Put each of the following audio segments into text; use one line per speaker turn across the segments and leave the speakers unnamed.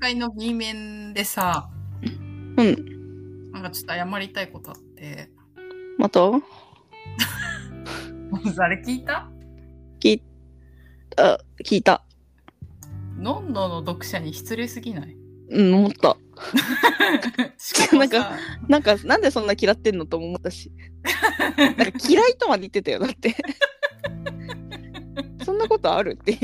会の B 面でさ、
うん。
なんかちょっと謝りたいことあって。
また
あれ聞いた
聞いあ、聞いた。
ノンドの読者に失礼すぎない
うん、思った。
しかも
なん
さ
か、なんか、なんでそんな嫌ってんのとも思ったし。なんか嫌いとまで言ってたよ、だって。そんなことあるっていう。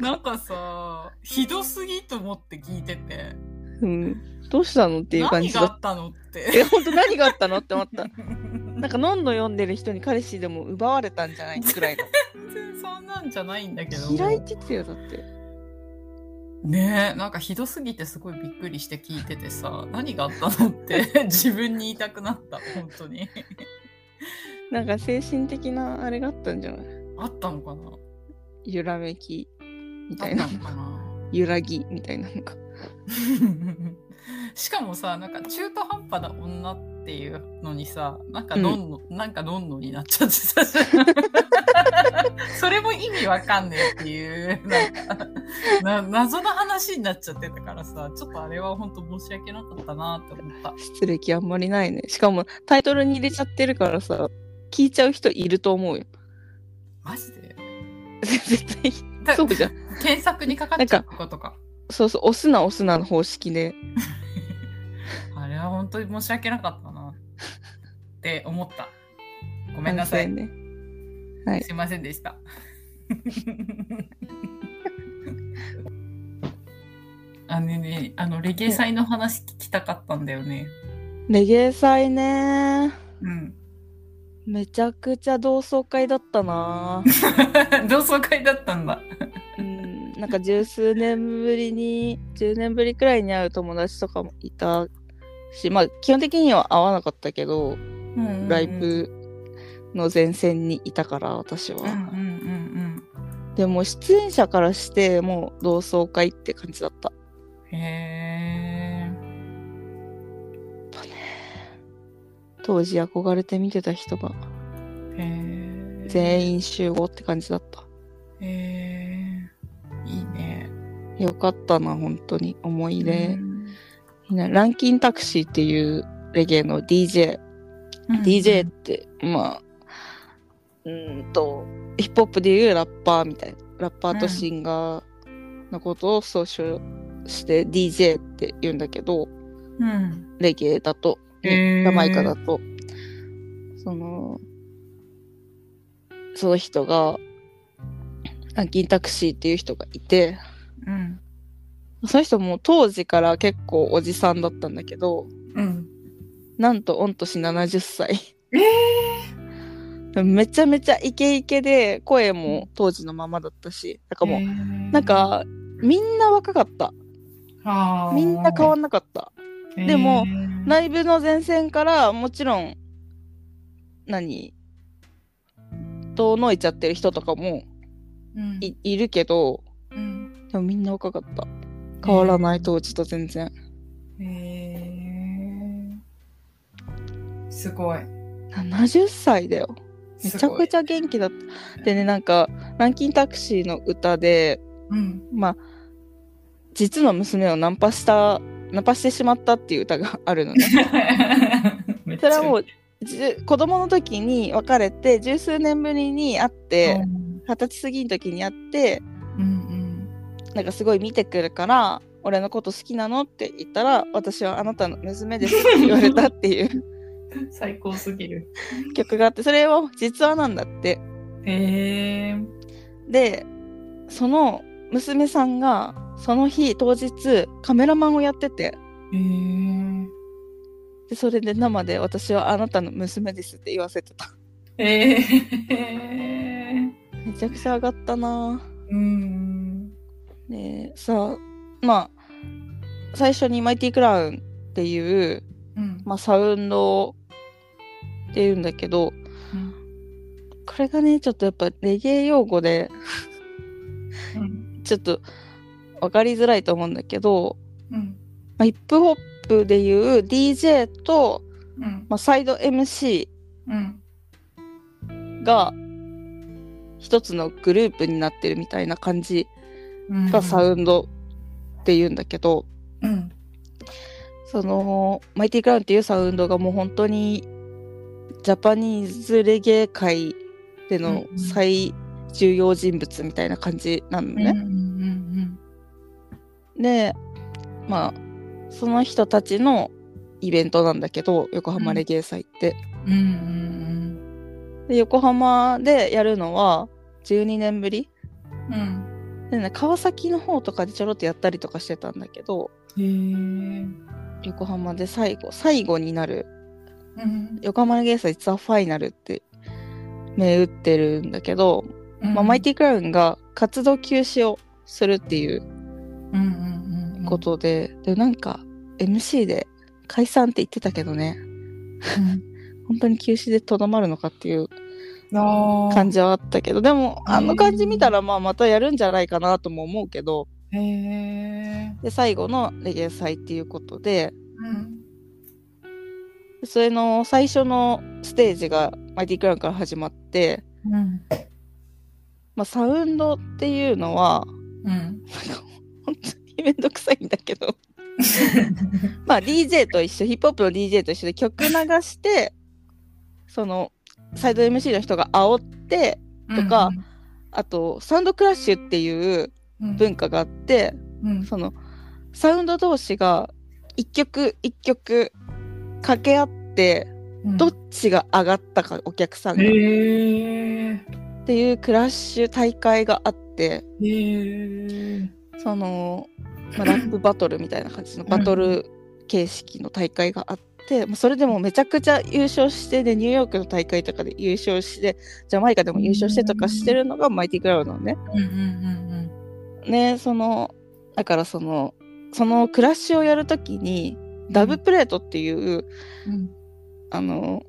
なんかさ、ひどすぎと思って聞いてて、
うん。どうしたのっていう感
何
じ
があ
だっ
ったのって。
え、本当何があったのって思った。なんか、飲んど読んでる人に彼氏でも奪われたんじゃないくらいの。
全然そんなんじゃないんだけど。
嫌いって言ってたよ、だって。
ねえ、なんかひどすぎてすごいびっくりして聞いててさ、何があったのって 自分に言いたくなった、本当に。
なんか、精神的なあれがあったんじゃない
あったのかな
揺らめき
あ
みた
っ
いな
た。のかな
揺らぎみたいなのか。
しかもさなんか中途半端な女っていうのにさなんかどんの、なんかどんのになっちゃってさ それも意味わかんねえっていうなんかな謎の話になっちゃってたからさちょっとあれは本当申し訳なかったなって思った
失礼あんまりないね。しかもタイトルに入れちゃってるからさ、聞いちゃう人いると思うよ。
マジで
絶対、
だ
そうじゃん。
検索にかかっちゃうことか
そうそう、押すな押すなの方式で。
あれは本当に申し訳なかったなって思ったごめんなさい
反省ね。
すいませんでした。あのね、あのレゲエ祭の話聞きたかったんだよね。
レゲエ祭ね。
うん。
めちゃくちゃ同窓会だっ たな。
同窓会だったんだ。
うん、なんか十数年ぶりに、10年ぶりくらいに会う友達とかもいたし、まあ基本的には会わなかったけど、ライ。ブの前線にいたから、私は。
うんうんうん
でも出演者からしてもう同窓会って感じだった。
うん。へ
当時憧れて見てた人が
え。へえ。
全員集合って感じだった。
へえ。いいね。
よかったな、本当に。思い出
う。ん。
みんなランキンタクシーっていうレゲエの DJ。DJ って、まあ、うーんと、ヒップホップでいうラッパーみたいな。ラッパーとシンガーのことを総称して DJ って言うんだけど、
うん。
レゲエだと、
へー
ねジャマイカだと、その、その人が、ランキンタクシーっていう人がいて、
うん。
その人も当時から結構おじさんだったんだけど、
うん。
なんと御年70歳。
え
めちゃめちゃイケイケで、声も当時のままだったし、なんかもう、
う
なん、か、みんな若かった。
あー
みんな変わんなかった。でも、ライブの前線からもちろん何遠のいちゃってる人とかも
うん
いいるけど
うん。
でもみんな若かった変わらない当時と全然
へえすごい。
70歳だよめちゃくち
ゃ。
ゃ元気だったでねなんかランキンタクシーの歌で
うん。
まあ実の娘をナンパしたナンパしてしまったっていう歌がある のね
めっち
そ
ゃ
れはもうじゅ子供の時に別れて十数年ぶりに会って、
うん
二十歳過ぎの時に会って
うん
なんかすごい見てくるから俺のこと好きなのって言ったら私はあなたの娘ですって言われたっていう
うん。最高すぎる。
曲があってそれは実話なんだって
へえ。
でその娘さんがその日当日カメラマンをやってて
へえ。
でそれで生で私はあなたの娘ですって言わせてた
へえ。
めちゃくちゃ上がったな
うん。
ぁでさまあ最初にマイティクラウンっていう
うん。
まあ、サウンドっていうんだけど、
うん
これがねちょっとやっぱレゲエ用語で
うん
ちょっと分かりづらいと思うんだけど、
うん。
まあ、ヒップホップでいう DJ と、
うん。
まあ、サイド MC
うん。
が一つのグループになってるみたいな感じ
うん
がサウンドっていうんだけど、
うん
そのマイティクラウンっていうサウンドがもう本当にジャパニーズレゲエ界での
うん
最重要人物みたいな感じなの
うんうん
ね。でまあその人たちのイベントなんだけど横浜レゲエ祭って。
うんうんうん
で横浜でやるのは12年ぶり
うんうん
で、ね、川崎の方とかでちょろっとやったりとかしてたんだけど
へー
横浜で最後最後になる
うん
横浜レゲエ祭ザ・ファイナルって銘打ってるんだけど、
うん
まあ、マイティクラウンが活動休止をするっていう
うんうんうん
ことで、でなんか MC で解散って言ってたけどね
うん
本当に休止でとどまるのかっていう
あー
感じはあったけどでも
うん
あの感じ見たらまあまたやるんじゃないかなとも思うけど
へえ
で最後のレゲエ祭っていうことで
うん
それの最初のステージがマイティクラウンから始まって、
うん
まあ、サウンドっていうのは
うん
本当にめんどくさいんだけどまあ DJ と一緒ヒップホップの DJ と一緒で曲流してそのサイド MC の人が煽ってとかあとサウンドクラッシュっていう
うん
文化があって
うん
そのサウンド同士が一曲一曲掛け合って
うん
どっちが上がったかお客さんが
へえ
っていうクラッシュ大会があって
へえ
その、まあ、ラップバトルみたいな感じのバトル形式の大会があって、まあ、それでもめちゃくちゃ優勝してでニューヨークの大会とかで優勝してジャマイカでも優勝してとかしてるのがマイティクラウドのね。
うんうん
ねそのだからそのそのクラッシュをやるときにダブプレートっていう
うんうん
あの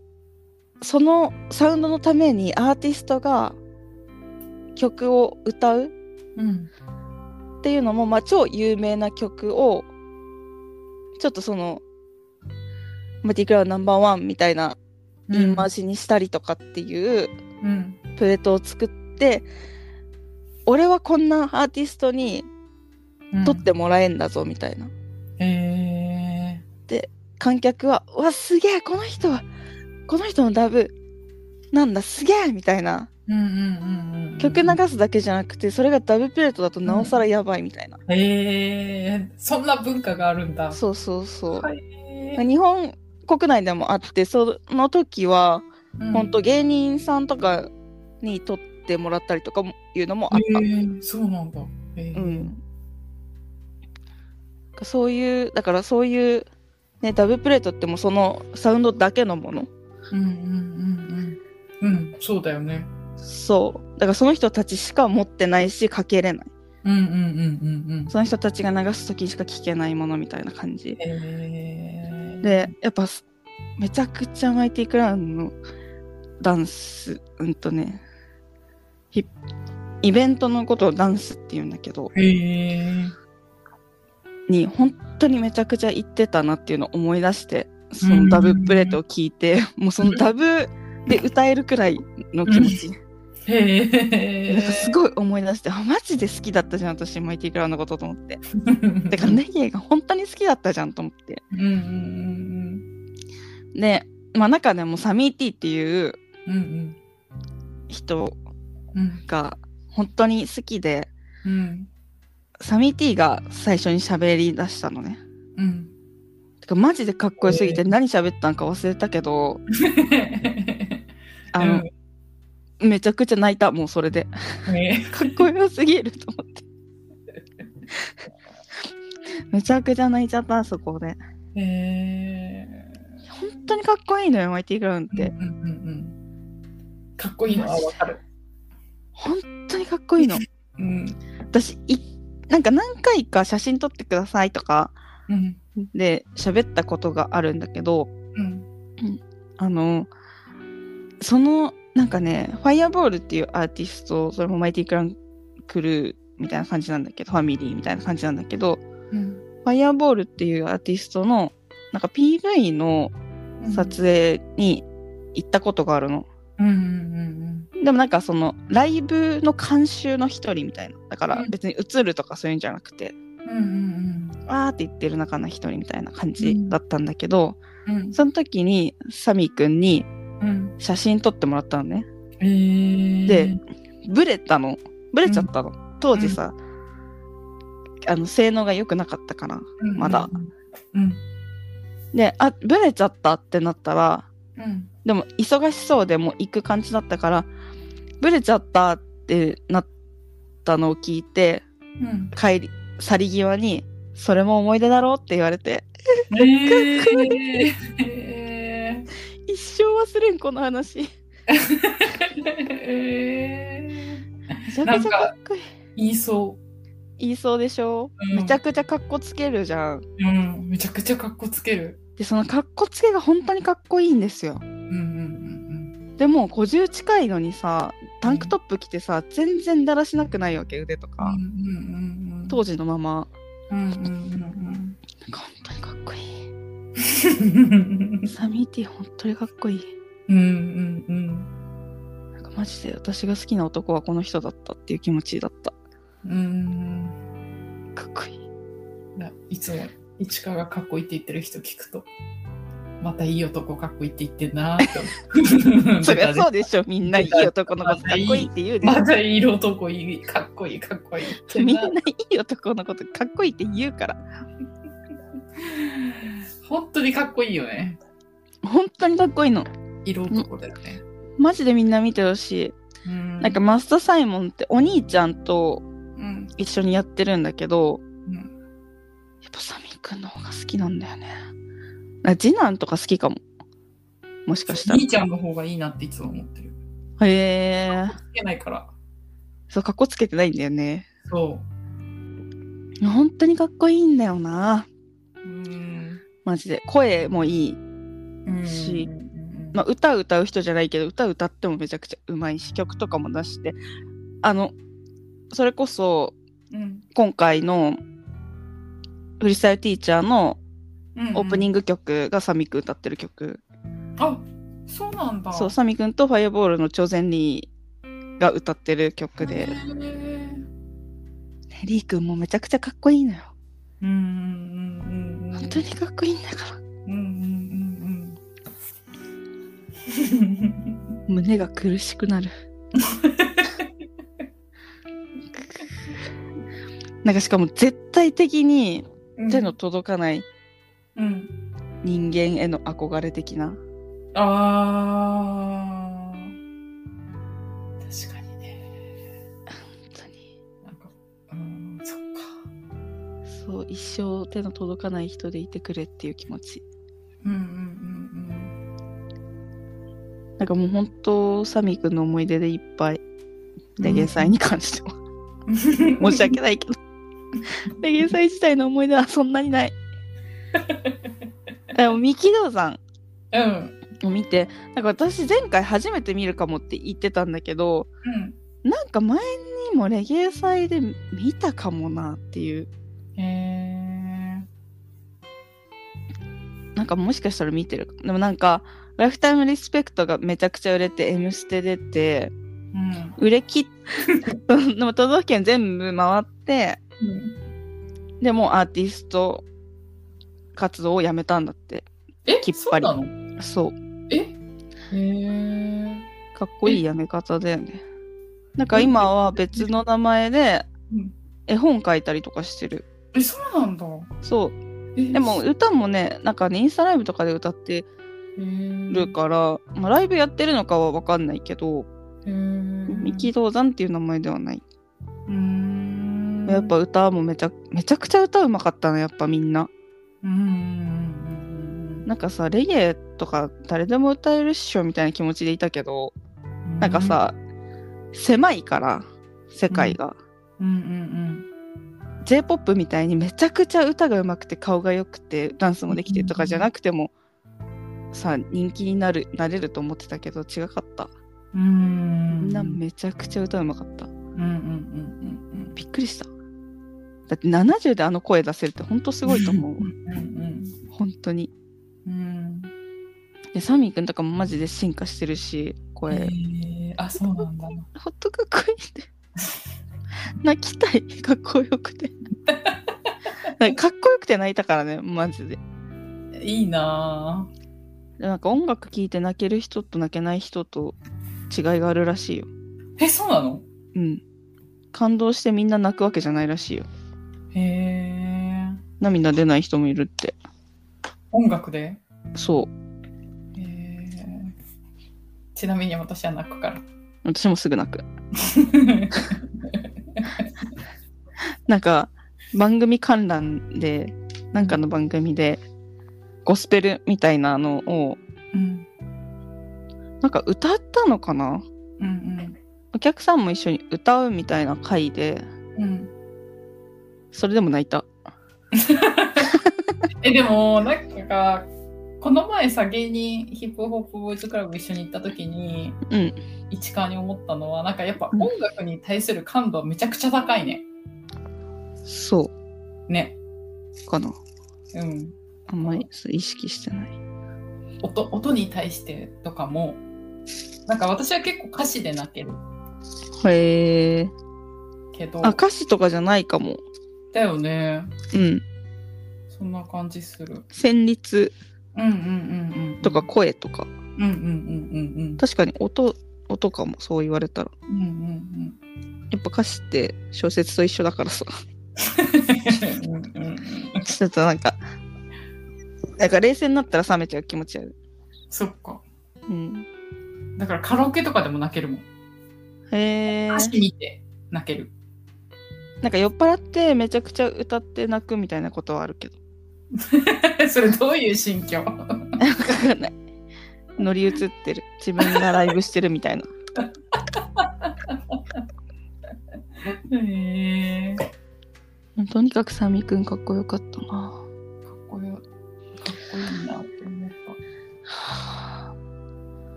そのサウンドのためにアーティストが曲を歌う
うん
っていうのも、まあ、超有名な曲をちょっとそのマティクラウンナンバーワンみたいな
うん
言い回しにしたりとかっていう
うん
プレートを作って、俺はこんなアーティストに
うん
撮ってもらえんだぞみたいな、
へえ
観客は「うわすげえこの人はこの人のダブなんだすげえ!」みたいな
うんうんうんうん
曲流すだけじゃなくてそれがダブプレートだとなおさらやばいみたいな、
へえそんな文化があるんだ
そうそうそう、
はい
日本国内でもあってその時は
うん
本当芸人さんとかに撮ってもらったりとかもいうのもあった、
へえそうなんだへえ
うん、そういうだからそういう、ね、ダブプレートってもうそのサウンドだけのもの
うんうんうんうんうんそうだよね
そうだからその人たちしか持ってないしかけれない
うんうんうんうんうん
その人たちが流す時しか聴けないものみたいな感じ
へえ
でやっぱすめちゃくちゃマイティクラウンのダンスうんとねひイベントのことをダンスって言うんだけど
へえ
に本当にめちゃくちゃ行ってたなっていうのを思い出してそ
うん
のダブプレートを聞いてもうそのダブで歌えるくらいの気持ち、
へ
なん
え
かすごい思い出してあマジで好きだったじゃん私マイティクラウンのことと思ってだからネギエが本当に好きだったじゃんと思って
うんうんうん
で、まあ、中でもサミーティっていう
うんうん
人
うん
が本当に好きで
うん
サミー T が最初に喋り出したのね。
うん
てかマジでかっこよすぎて何喋ったんか忘れたけど、あの、めちゃくちゃ泣いたもうそれで
ね
かっこよすぎると思ってめちゃくちゃ泣いちゃったそこで
へえ
本当にかっこいいのよマイティグラウンって
うんうんうんうんかっこいいのはわかる
本当にかっこいいの
うん
私いなんか何回か写真撮ってくださいとか
うん
で喋ったことがあるんだけど、
うん
あの、その、なんかね、ファイアボールっていうアーティスト、それもマイティクランクルーみたいな感じなんだけど、ファミリーみたいな感じなんだけど、
うん
ファイアボールっていうアーティストの、なんか PV の
うん
撮影に行ったことがあるの。
うんうん
でもなんかその、ライブの監修の一人みたいな。だか
う
ら
ん
別に映るとかそういうんじゃなくて、
うんうんうんうん
わーって言ってる中の一人みたいな感じだったんだけど、
うん
その時にサミーくんに
うん
写真撮ってもらったのね。
えー
でブレたの。ブレちゃったの。当時さ、あの、性能が良くなかったから。まだ
うん
で、あ、ブレちゃったってなったら、
うん
でも忙しそうでもう行く感じだったから、ブレちゃったってなったのを聞いて、
うん
帰り、去り際に、それも思い出だろうって言われて、
うんえーえー
一生忘れん、この話。め
えー
ちゃくちゃかっこいい。
言いそ
言いそうでしょ、
うん
めちゃくちゃかっこつけるじゃん。
う。うん、めちゃくちゃかっこつける。
で、そのかっこつけが本当にかっこいいんですよ。
うんうん
でも50近いのにさタンクトップ着てさ全然だらしなくないわけ腕と
うんうん。うん
か、
うんうんうん。
当時のまま
うんうんうん
なんか本当にかっこいい
うん。
サミーティー本当にかっこいい
うんうんうん
なんかマジで私が好きな男はこの人だったっていう気持ちだった
うんうん
かっこいい
うん。だいつも市川がかっこいいって言ってる人聞くと、またいい男かっこいいって言ってんなーって。
そりゃそうでしょみんないい男のことかっこいいって言うでしょ
またいい男いい、かっこいいかっこいいって
みん
な
ないい男のことかっこいいって言うから
本当にかっこいいよね。
本当にかっこいいの
色男だよね。
マジでみんな見てほしいなんかマスターサイモンってお兄ちゃんと
うん、
一緒にやってるんだけど
うん。
やっぱサミくんの方が好きなんだよね。あ次男とか好きかも。もしかした
兄ちゃんの方がいいなっていつも思ってる。
ら。へえ。
つけないから。
そう、かっこつけてないんだよね。
そ
本当にかっこいいんだよな。
う。うん。
マジで。声もいい。
うん
しまあ、歌歌う人じゃないけど、歌歌ってもめちゃくちゃうまいし、曲とかも出して。あの、それこそ、
うん、
今回の、フリースタイルティーチャーのオープニ
ン
ング曲がサミくん歌ってる曲。
グ。あそうなんだ。
そう、サミくんとファイアボールの超前リーが歌ってる曲で。
へー
ねリー君もめちゃくちゃかっこいいのよ。
うんうんうんうん。
本当にかっこいいんだから。
うんうんうんうん。
胸が苦しくな る。なんかしかも絶対的に
うん
手の。届かない
うん。
人間への憧れ的な。
あー。確かにね。
本当に。
なんか、うん、そっか。
そう、一生手の届かない人でいてくれっていう気持ち。
うんうん
なんかもう本当、サミー君の思い出でいっぱい。レゲエ祭に関しては。
うんうん。申
申し 訳ないけど。レゲエ祭自体の思い出はそんなにない。でも、三木道山。
うん。
を見てなんか私前回初めて見るかもって言ってたんだけどなんか前にもレゲエ祭で見たかもなっていう
うん。へ
なんかもしかしたら見てるでもなんか「ライフタイムリスペクト」がめちゃくちゃ売れて「M ステ」出て
え。うん。
売れ切っでも 都道府県全部回ってでもうアーティスト活動をやめたんだって
え、
きっ
そ
ぱ
う
り
なの
そう
えへえ。
かっこいいやめ方だよねなんか今は別の名前で
うん
絵本書いたりとかしてる
え、そうなんだ。
そう
え
でも、歌もねなんかねインスタライブとかで歌って
ル
る。から、まあ、ライブやってるのかは分かんないけど
へえ。
三木道山っていう名前ではない、
うん。
やっぱ、歌もめちゃめちゃくちゃ歌うまかったのやっぱみんな
うんうんうん
なんかさレゲエとか誰でも歌えるっしょみたいな気持ちでいたけど
うん。
なんかさ、狭いから世界が、
うんうん
j p o p みたいにめちゃくちゃ歌が上手くて顔が良くてダンスもできてとかじゃなくても、さ人気になるなれると思ってたけど違かった
うん。うん。
みんな
うん
めちゃくちゃ歌うまかった。
うんうん
びっくりした。だって70であの声出せるって本当す
す
ごいと思うわ
うん。うん
本当に。
うんうん。
でサミーくんとかもマジで進化してるし
こ
声
あ、そうなんだ。
ほん とかっこいいって泣きたいかっこよくてなんかかっこよくて泣いたからね、マジで。
いいなぁ
でなんか音楽聴いて泣ける人と泣けない人と違いがあるらしいよ。
え、そうなの
うん。感動してみんな泣くわけじゃないらしいよ。
へえ。
涙出ない人もいるって。
音楽で
そう。
へーちなみに私は泣くから。
私もすぐ泣く。なんか番組観覧でなんかの番組でゴスペルみたいなのを
うん。
なんか歌ったのかな
うん
お客さんも一緒に歌うみたいな回で
うん。うん。
それでも泣いた
え、でも、なんか、この前さ、芸人ヒップホップボーイズクラブ一緒に行った時に、
うん
市川に思ったのは、なんかやっぱ
うん
音楽に対する感度はめちゃくちゃ高いね。
そ
ね。
うかな
うん。
あんまりそう意識してない
音音に対してとかも、なんか私は結構歌詞で泣ける
へえ
けど、
あ歌詞とかじゃないかも
だよね。
うん
そんな感じする。
旋律
うんうんうんうん。
とか声とか
うんうんうん
確かに音音かもそう言われたら
うんうん。うんうん
やっぱ歌詞って小説と一緒だからさ
うん。うんうんうん
ちょっとなんか、なんか冷静になったら冷めちゃう気持ちある。
そっか。
うん。
だからカラオケとかでも泣けるもん。
へえ。
歌詞見て泣ける。
なんか酔っ払ってめちゃくちゃ歌って泣くみたいなことはあるけど。
それどういう心境
なん かわかんない。乗り移ってる。自分がライブしてるみたいな。
へえ。か
とにかくサミくんかっこよかった
っ
な。
こよ、かっこいいなって思っ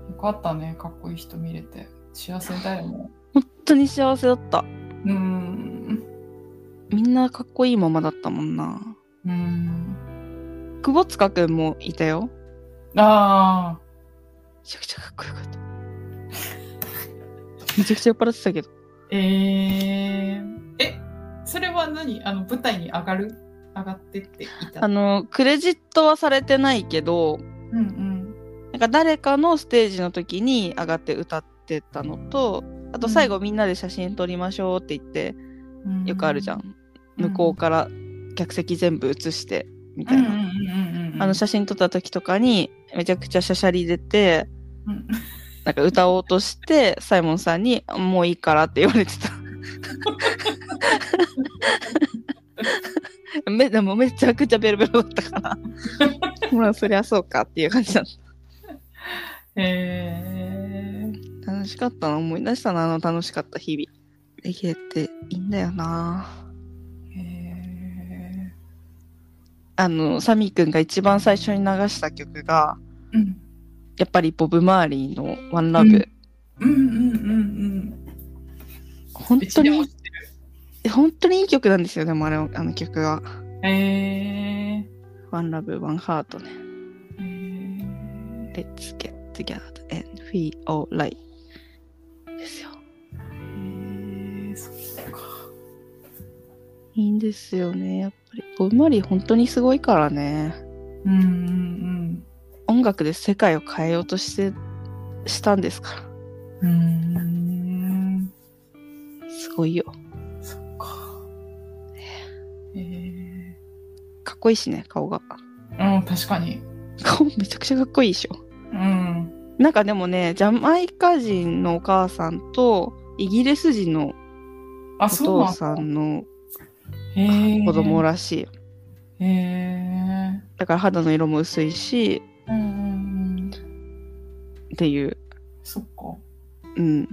た。よかったね、かっこいい人見れて。幸せだよね。
本当に幸せだった。
うーん。
みんなかっこいいままだったもんな。
うーん。
久保塚くんもいたよ。
ああ。
めちゃくちゃかっこよかった。めちゃくちゃ酔っ払ってたけど。
えー、え、それは何あの、舞台に上がる上がってっていた。
あの、クレジットはされてないけど、
うんうん。
なんか誰かのステージの時に上がって歌ってたのと、あと最後みんなで写真撮りましょうって言って、よくあるじゃん。向こうから客席全部写して、み
う
た
ん
い
うん
な。
うんうんうん。
あの写真撮った時とかに、めちゃくちゃしゃしゃり出て、
うん
なんか歌おうとして、サイモンさんに、もういいからって言われてた。 めでもめちゃくちゃベロベロだったから。 まあそりゃそうかっていう感じだっ
えー、
た。楽しかったな。思い出したな、あの楽しかった日々。レゲエっていいんだよな。
え
あの、サミーくんが一番最初に流した曲が、
ー、うん
やっぱりボブ・マーリーの「ワンラブ、
うんうんうんうんう
本
ん。うち
当
でも
に、本当にいい曲なんですよね、でもあれ、あの曲は。
えー、
ワンラブ、ワンハートね。
えー、
Let's get together and we all right. ですよ。
えー、そっか。
いいんですよね、やっぱり。ボブ・マーリー本当にすごいからね。
うんうん
音楽で世界を変えようとして、したんですか
うん。うーん。
ら。すごいよ。
そっか。えー
かっこいいしね、顔が。
うん、確かに。
顔めちゃくちゃかっこいいでしょ。
うん。
なんかでもね、ジャマイカ人のお母さんとイギリス人の
あ、
お
そう
父
なん
さんの
へ
子供
ら。
らしいよ。
へえ。
だから肌の色も薄いし、
うんうんうん。
っていう、
そっか。
うん。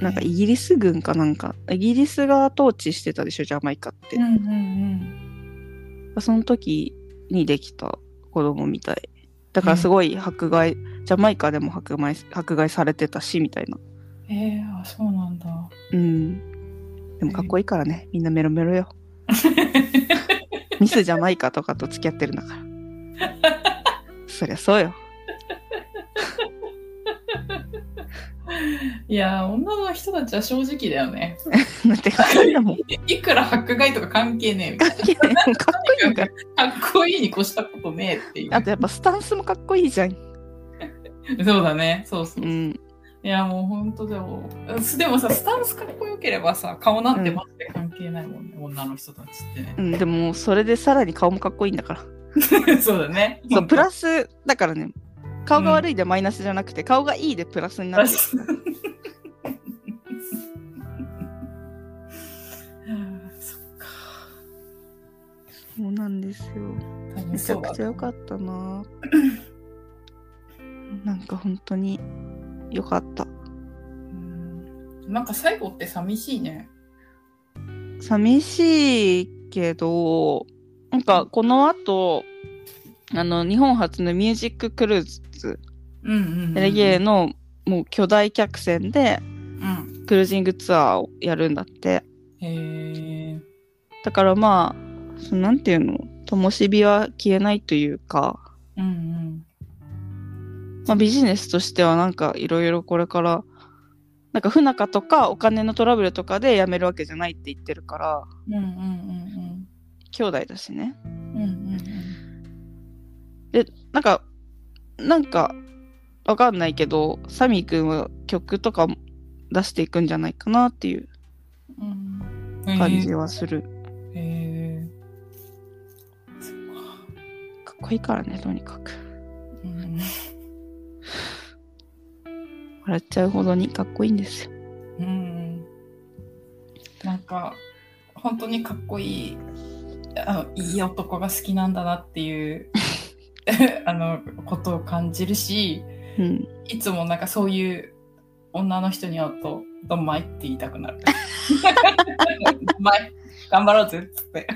なんかイギリス軍かなんか、イギリスが統治してたでしょ、ジャマイカって
うん。うん
その時にできた子供みたい。だからすごい迫害、ジャマイカでも迫害迫害されてたし、みたいな。
うん。えー、あ、そうなんだ。
うん。でもかっこいいからね、みんなメロメロよ。ミスジャマイカとかと付き合ってるんだから。そりゃそうよ。
いやー、女の人たちは正直だよね。
だってかっこいいんだもん。
いくら迫害とか関係ねえみたい
いやもうかっこいいんだよ。
な。かっこいいに越したことねえっていう。
あとやっぱスタンスもかっこいいじゃん。
そうだね。そうそうう。
ん。
いや、もう本当でも。すでもさ、スタンスかっこよければさ、顔なんてマジで関係ないもんね、女の人たちってね
う。ん、でもそれでさらに顔もかっこいいんだから。
そうだね。
そう、プラス、だからね、顔が悪いでマイナスじゃなくて、顔がいいでプラスになる。
ス。そっか
そうなんですよ。
楽
め
し
ちゃ
そうだ
くちゃ良かったな。なんか本当に良かった。
うんなんか最後って寂しいね。
寂しいけど、なんかこの後、あの、日本初のミュージッククルーズ、
うんうん、うん。
レゲエのもう巨大客船で
うん。
クルージングツアーをやるんだって。
へえ。
だからまあ、そのなんていうの、灯火は消えないというか、
うん
まあ、ビジネスとしてはなんかいろいろこれからなんか不仲とかお金のトラブルとかで辞めるわけじゃないって言ってるから
うん。うんうん
兄弟だしね
うんうん。うんうん
なんかなんかわかんないけどサミーくんは曲とかも出していくんじゃないかなっていう
うん。うん。
感じはする、
へえ。そっか。
かっこいいからねとにかく
うん
笑っちゃうほどにかっこいいんですよ
うん、なんか本当にかっこいいあいい男が好きなんだなっていう あのことを感じるし
うん
いつもなんかそういう女の人に会うと「どんまい」って言いたくなる。どんまい頑張ろうぜっつって。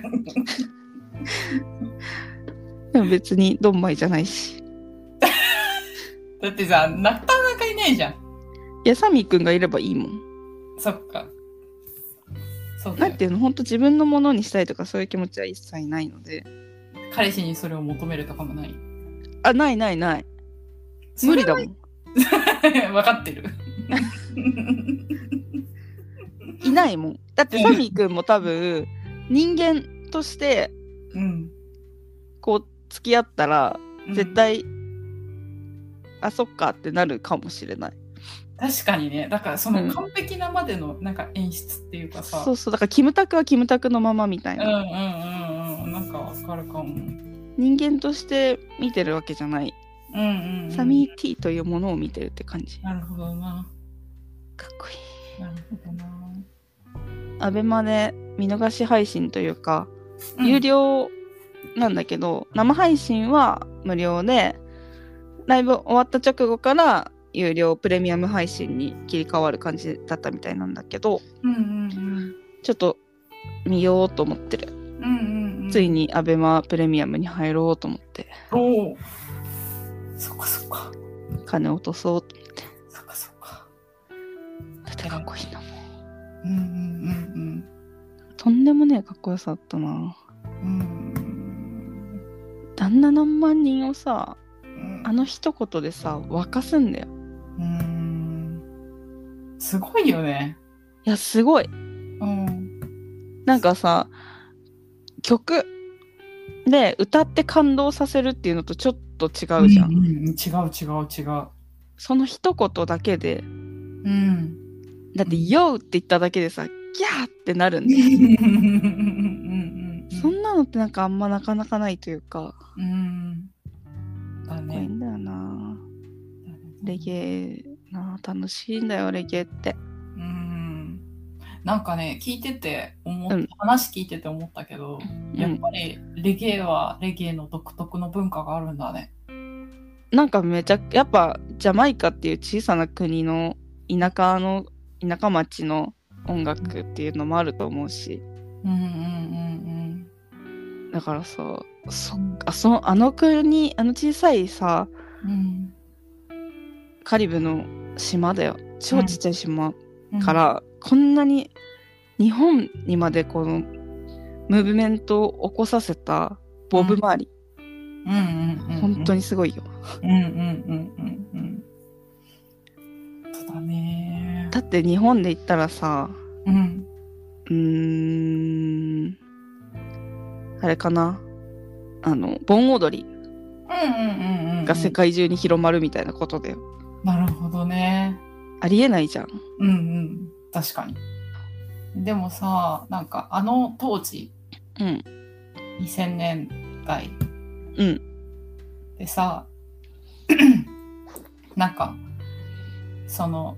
でも別にドンマイじゃないし
だってさなかなかいないじゃん。
いやサミーくんがいればいいもん
そっか。そうだ
な
よ
んていうの本当自分のものにしたいとかそういう気持ちは一切ないので
彼氏にそれを求めるとかもない。
あないないない無理だもん
分かってる。
いないもんだって
うん
サミーくんも多分人間として
うん、
こう付き合ったら絶対、あそっかってなるかもしれない
確かにねだからそうの
ん
完璧なまでのなんか演出っていうかさ、
そうそうだからキムタクはキムタクのままみたい
うんうんう
な、
んうんなんかわかるかもうん
人間として見てるわけじゃない、
うん、うん、
サミー T というものを見てるって感じ
なるほどな
かっこいい
なるほどな、
アベマで見逃し配信というか、
うん
有料なんだけど生配信は無料でライブ終わった直後から有料プレミアム配信に切り替わる感じだったみたいなんだけど
うんうん
ちょっと見ようと思ってる、
うんうんうん
ついに ABEMA プレミアムに入ろうと思って
おおそっかそっか
金落とそうと
そっかそっか
だってかっこいいな
うんうん
とんでもねえかっこよさあったな
うんうん
あんな何万人をさ
うん
あの一言でさ沸かすんだよ
うんすごいよね
いやすごい
うん
なんかさ曲で歌って感動させるっていうのとちょっと違うじゃ
うんうん、
ん、
違う違う違う
その一言だけで
うん
だって「YO!」って言っただけでさ「ギャー!」ってなるん
うん
だよ、
うん
そんなのってなんかあんまなかなかないというかか
うんうんだ
っこい
ね。
いんだよなレゲエな楽しいんだよレゲエって
うん。なんかね、聞いてて思っ、
うん
話聞いてて思ったけど、
ん
やっぱりレゲエはレゲエの独特の文化があるんだね。
なんかめちゃやっぱジャマイカっていう小さな国の田舎の田舎町の音楽っていうのもあると思うし
うんうん
だからさそ
うんうん。
あそのあの国あの小さいさ
うん
カリブの島だよ超ちっちゃい島
うん
か、ら、こんなに日本にまでこのムーブメントを起こさせたボブ周り、
うんうんうんうん、
本当にすごいよ、
うんうんうんうんうん。そうだね。
だって日本で言ったらさ、
うん。
うーん、あれかな。あの、盆踊り
うんうんうんうん。
が世界中に広まるみたいなことだよ。
なるほどね。
ありえないじゃん。
うんうん。確かに。でもさ、なんかあの当時、
うん。
2000年代
うん。
でさ なんかその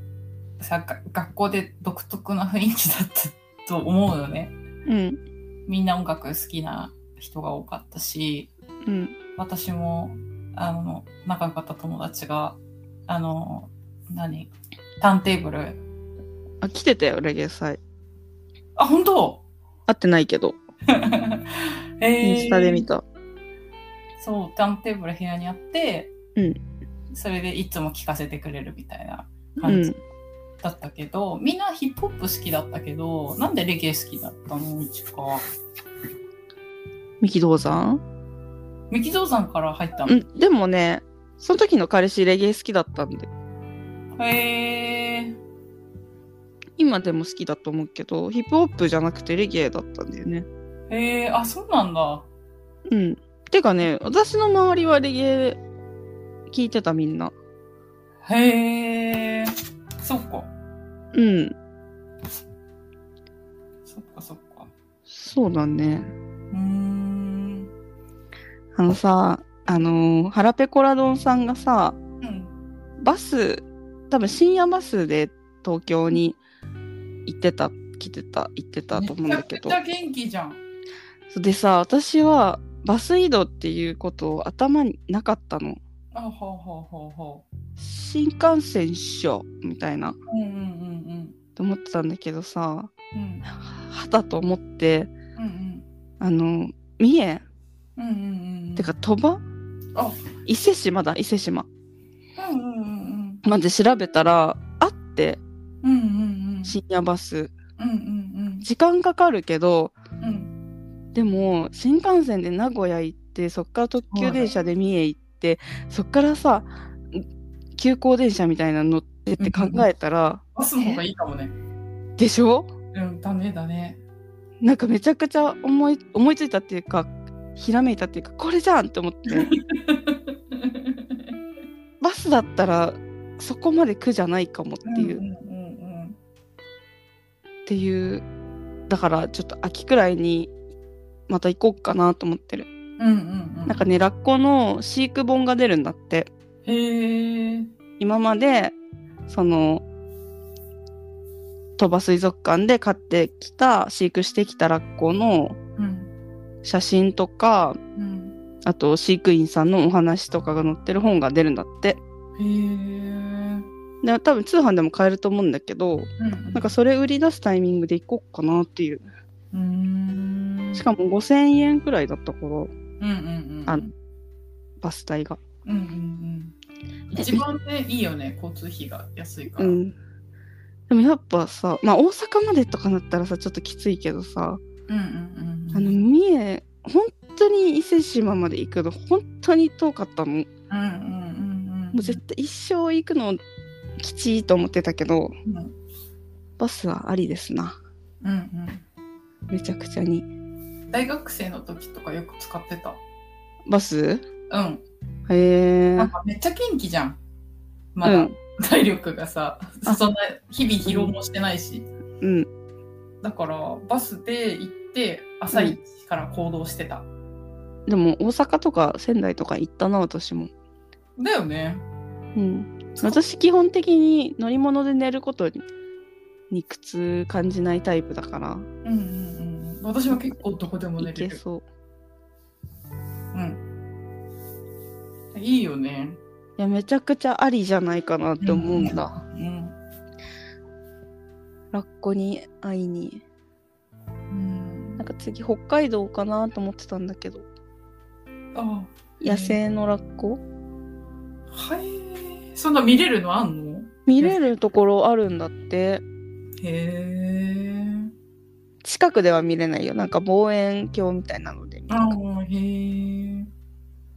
さが学校で独特な雰囲気だったと思うよね
うん。
みんな音楽好きな人が多かったし
うん。
私もあの仲良かった友達があの何ターンテーブル
あ、来てたよ、レゲエ祭。
あ本当
会ってないけど、
えー
インスタで見た。
そうターンテーブル部屋にあって、
うん
それでいつも聴かせてくれるみたいな
う
感じ
ん。
だったけど、みんなヒップホップ好きだったけど、なんでレゲエ好きだったのみちか。
三木道山
ミキゾウさんから入った
う
の。
ん。でもね、その時の彼氏レゲエ好きだったんで、
へえ。
今でも好きだと思うけど、ヒップホップじゃなくてレゲエだったんだよね。
へえ、あ、そうなんだ。
うん。てかね、私の周りはレゲエ聞いてたみんな。
へえ。そっか。
うん。
そっかそっか。
そうだね。
うーん。
あのさ、あのー、腹ペコラ丼さんがさ、
うん。
バス、多分深夜バスで東京に行ってた、来てた、行ってたと思うんだけど
めち。ゃくちゃ元気じゃん。
そうでさ、私はバス移動っていうことを頭になかったの。
あ、ほうほうほうほ
新幹線っしょ、みたいな、
う。うんうんうん
と思ってたんだけどさ、
うん。うん
はたと思って、
うん
あの、三重、
うん。うんうんうん。
てか鳥羽
あ
伊勢島だ、伊勢島。
うんうんうん
まで調べたら、あって、
うん。うんうんうん。
深夜バス。
うんうん
時間かかるけど、
うん。うん。
でも、新幹線で名古屋行って、そっから特急電車で三重行って、そっからさ、急行電車みたいなの乗ってって考えたら、
バスの方がいいかもね。
でしょ
うん、ダメだね。
なんかめちゃくちゃ思い思いついたっていうかひらめいたっていうかこれじゃんって思ってバスだったらそこまで苦じゃないかもっていう、
う
っ
んうん
ていうだからちょっと秋くらいにまた行こうかなと思ってる
うんうんうんうん
なんかねラッコの飼育本が出るんだって
へえ
今までその鳥羽水族館で飼ってきた飼育してきたラッコの
うん
写真とか
うん
あと飼育員さんのお話とかが載ってる本が出るんだって
へえ
で多分通販でも買えると思うんだけど
な
なんかそれ売り出すタイミングで行こうかなっていう
うーん
しかも5000円くらいだったから
うんうんうん
あのバス代が
うんうんうん一番ねいいよね交通費が安いか
う
らうん
んでもやっぱさまあ大阪までとかなったらさちょっときついけどさ
うんうん
あの三重本当に伊勢島まで行くの本当に遠かったのも
うんうんうんうん
う絶対一生行くのきちいと思ってたけど
うんうん
バスはありですな
うん
めちゃくちゃに
大学生の時とかよく使ってた
バス
うん
へえ
なんかめっちゃ元気じゃんま
う
だ
ん
体力がさ
あ
そんな日々疲労もしてないし
うん
だからバスで行って朝一から行動してた、
でも大阪とか仙台とか行ったな私も
だよね
うん、私基本的に乗り物で寝ることにに苦痛感じないタイプだから
うんうんうん私は結構どこでも
い
寝れ
け
る
そう
うんいいよね
いやめちゃくちゃありじゃないかなって思うんだ、
うん、
ラッコに会いに
うん
なん、か次北海道かなと思ってたんだけど
あ
野生のラッコ、
はいそんな見れるのあんの
見れるところあるんだって
へえ
近くでは見れないよなんか望遠鏡みたいなので見る
ああへえ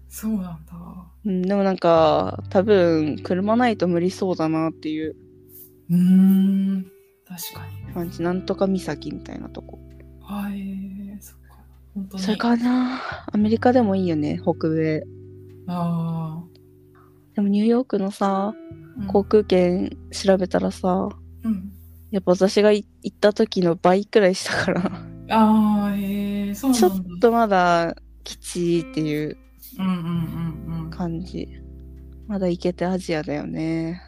そうなんだ
うん、でもなんか多分車ないと無理そうだなっていう
うーん、確かに。
感じなんとか岬みたいなとこ
はい、そっか。本当に。
それかなアメリカでもいいよね北米
ああ。
でもニューヨークのさ
うん
航空券調べたらさ
うん。
やっぱ私がい行った時の倍くらいしたから
ああ、へえ、そうなん
ち
だ。
ょっとまだ基地っていう
うんうんうんうん。
感じまだ行けてアジアだよね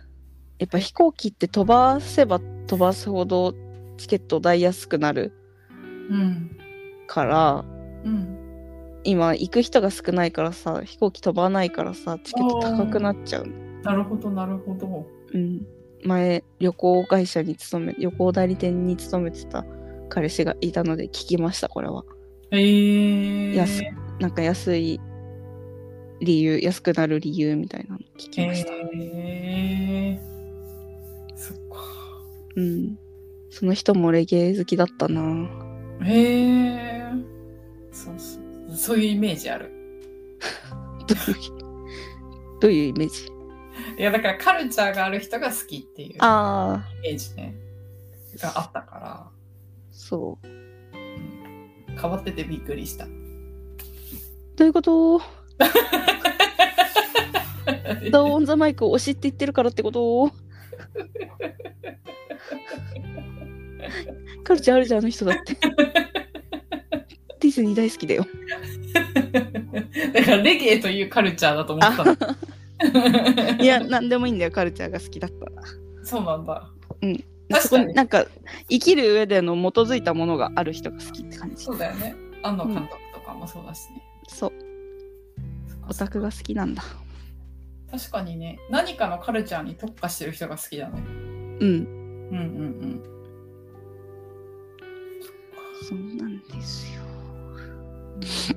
やっぱ飛行機って飛ばせば飛ばすほどチケット代安くなる
うん。
から
うん。
今行く人が少ないからさ飛行機飛ばないからさチケット高くなっちゃうの
なるほど、なるほど。
うん前旅行会社に勤め旅行代理店に勤めてた彼氏がいたので聞きましたこれは
ええ。
安なんか安い理由安くなる理由みたいなの聞きました、
ええ。そっか。
うんその人もレゲエ好きだったな
へえ。そうそう。そういうイメージある。
どういうどういうイメージ
いや、だからカルチャーがある人が好きっていうイ
ああ
メージね。があったから。
そう
変わっててびっくりした。
どういうことダウンオンザマイクを押しって言ってるからって ことカルチャーあるじゃんあの人だって ディズニー大好きだよ
だからレゲエというカルチャーだと思ったの。
いや何でもいいんだよカルチャーが好きだったら
そうなんだ。確
そこ
か
に
に
なんか生きる上での基づいたものがある人が好きって感じ
そうだよね。安野監督とかもそうだしね。
そう
そっか
オタクが好きなんだ
確かにね、何かのカルチャーに特化してる人が好きだね。
うん
うんうんうん。
そうなんですよ